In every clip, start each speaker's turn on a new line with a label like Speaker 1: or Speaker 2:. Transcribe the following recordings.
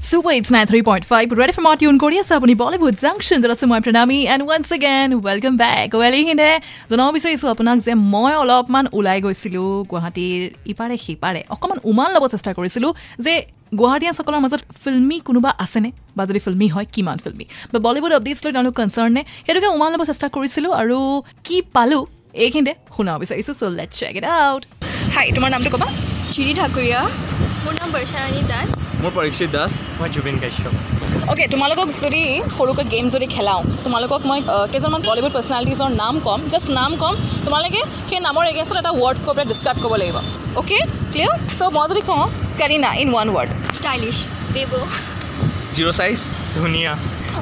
Speaker 1: Super, it's 93.5 Red FM on tune Korea sa apuni Bollywood Junction jara sumoi pranami and once again welcome back ৱেলিং ইনে জনাব বিচাৰিছোঁ আপোনাক যে মই অলপমান ওলাই গৈছিলোঁ গুৱাহাটীৰ ইপাৰে সিপাৰে অকণমান উমান ল'ব চেষ্টা কৰিছিলোঁ যে গুৱাহাটীয়ানসকলৰ মাজত ফিল্মি কোনোবা আছেনে বা যদি ফিল্মি হয় কিমান ফিল্মি বা বলিউড আপডেটছ লৈ তেওঁলোক কনচাৰ্ণ নে সেইটোকে উমান ল'ব চেষ্টা কৰিছিলোঁ আৰু কি পালোঁ এইখিনিতে শুনাব বিচাৰিছোঁ so' let check it out hi তোমাৰ নামটো ক'বা
Speaker 2: চিৰি ঠাকুৰীয়া মোৰ নাম বৰ্ষাৰাণী দাস
Speaker 3: মোৰ পৰীক্ষিত দাস
Speaker 4: মই জুবিন কাশ্যপ
Speaker 1: অ'কে তোমালোকক যদি সৰুকৈ গেম যদি খেলাওঁ তোমালোকক মই আহ, কেইজনমান বলিউড পাৰ্চনেলিটিজৰ নাম ক'ম জাষ্ট নাম ক'ম তোমালোকে সেই নামৰ এগেইনষ্টত এটা ৱৰ্ড কৈ পেলাই ডিছক্ৰাইব কৰিব লাগিব অ'কে ক্লিয়াৰ চ' মই যদি কওঁ Kareena in one word
Speaker 2: stylish Dev
Speaker 4: zero' size ধুনীয়া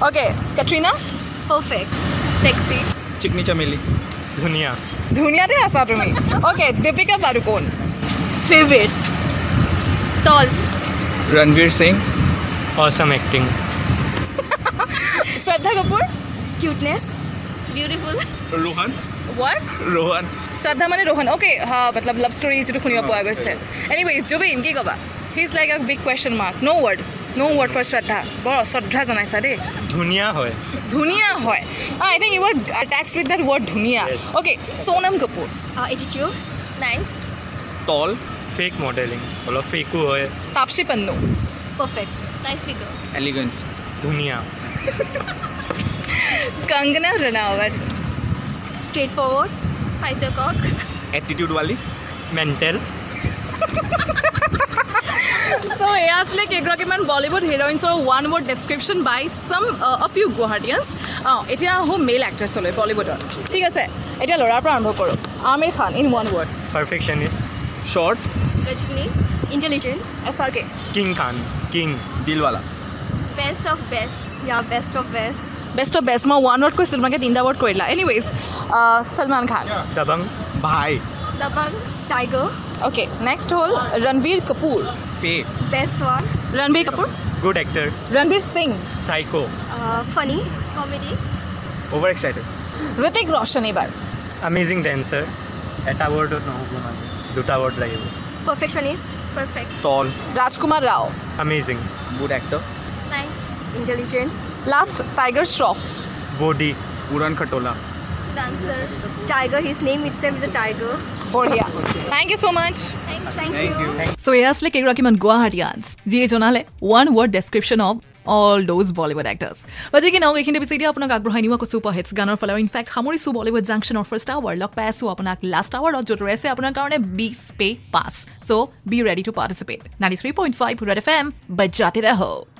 Speaker 1: okay Katrina
Speaker 2: perfect sexy
Speaker 3: Chikni Chameli
Speaker 4: ধুনীয়া
Speaker 1: ধুনীয়াতে আছা তুমি okay Deepika Padukone
Speaker 2: favourite tall
Speaker 3: Ranveer Singh
Speaker 4: awesome acting
Speaker 1: Shraddha Kapoor
Speaker 2: cuteness beautiful
Speaker 3: Rohan
Speaker 1: word
Speaker 3: Rohan
Speaker 1: Shraddha মানে ৰোহন অ'কে হা মতলব লাভ ষ্টৰী যিটো শুনিব পোৱা গৈছে এনিৱেজ জুবিন কি ক'বা he is like a big question mark no' word no' word for Shraddha বৰ অশ্ৰদ্ধা জনাইছা দেই
Speaker 4: ধুনীয়া হয়
Speaker 1: ধুনীয়া হয় Ah, I think you are attach with that word ধুনীয়া
Speaker 4: Yes.
Speaker 1: Okay Sonam Kapoor
Speaker 2: attitude nice
Speaker 3: tall
Speaker 4: fake modelling অলপ ফেকো হয়
Speaker 1: Taapsee Pannu
Speaker 2: perfect nice figure
Speaker 3: elegance
Speaker 4: ধুনীয়া
Speaker 1: Kangana Ranaut
Speaker 2: straightforward fighter কক
Speaker 3: এটিটিউড ৱালি
Speaker 4: মেণ্টেল
Speaker 1: চ' এয়া আছিলে কেইগৰাকীমান বলিউড হিৰইনছৰ one word description by some of U গুৱাহাটীয়ানছ অঁ Uh, এতিয়া আহোঁ মেইল এক্ট্ৰেছলৈ বলিউডৰ ঠিক আছে এতিয়া ল'ৰাৰ পৰা আৰম্ভ কৰোঁ Aamir Khan in one word
Speaker 4: perfectionist
Speaker 3: short
Speaker 2: Ghajini intelligent
Speaker 1: S R K
Speaker 4: king Khan king
Speaker 3: Dilwala
Speaker 2: best of best year best of best
Speaker 1: best of best মই ওৱান ৱৰ্ড কৈছিলোঁ তোমালোকে তিনিটা ৱৰ্ড কৰিলা এনিৱেজ ছলমান খান
Speaker 4: দবং
Speaker 3: ভাই
Speaker 2: দবাং টাইগাৰ
Speaker 1: অ'কে নেক্সট হ'ল ৰণবীৰ কাপুৰ
Speaker 3: পে
Speaker 2: best one
Speaker 1: Ranbir Kapoor
Speaker 4: good actor
Speaker 1: Ranveer Singh
Speaker 4: psycho
Speaker 2: funny comedy
Speaker 3: over excited
Speaker 1: Hrithik Roshan এইবাৰ
Speaker 4: amazing dancer এটা ৱৰ্ডত নহ'ব মানে দুটা ৱৰ্ড লাগিব
Speaker 2: পাৰফেকশ্যনিষ্ট পাৰফেক্ট
Speaker 3: তল
Speaker 1: Rajkummar Rao
Speaker 4: amazing
Speaker 3: good actor
Speaker 2: nice intelligent
Speaker 1: last Tiger Shroff
Speaker 4: body
Speaker 3: পুৰণ খটোলা
Speaker 2: dancer Tiger his name it's aim is a tiger
Speaker 1: বঢ়িয়া thank you so' much
Speaker 2: thank
Speaker 3: thank
Speaker 2: you
Speaker 3: you
Speaker 1: so' এয়া আছিলে কেইগৰাকীমান গুৱাহাটীয়ানছ যিয়ে জনালে one word description of all those Bollywood actors বা যি কি নহওক এইখিনি পিছে এতিয়া আপোনাক আগবঢ়াই নিব কৈছোঁ উপ হিটছ গানৰ ফালে ইনফেক্ট সামৰিছোঁ বলিউড জাংচনৰ ফাৰ্ষ্ট আৱাৰ লগ পাই আছোঁ আপোনাক লাষ্ট আৱাৰত য'ত ৰৈ আছে আপোনাৰ কাৰণে বিছ পে' পাছ so' be ready to participate ninety three point five Red F M but যাতে ৰাহক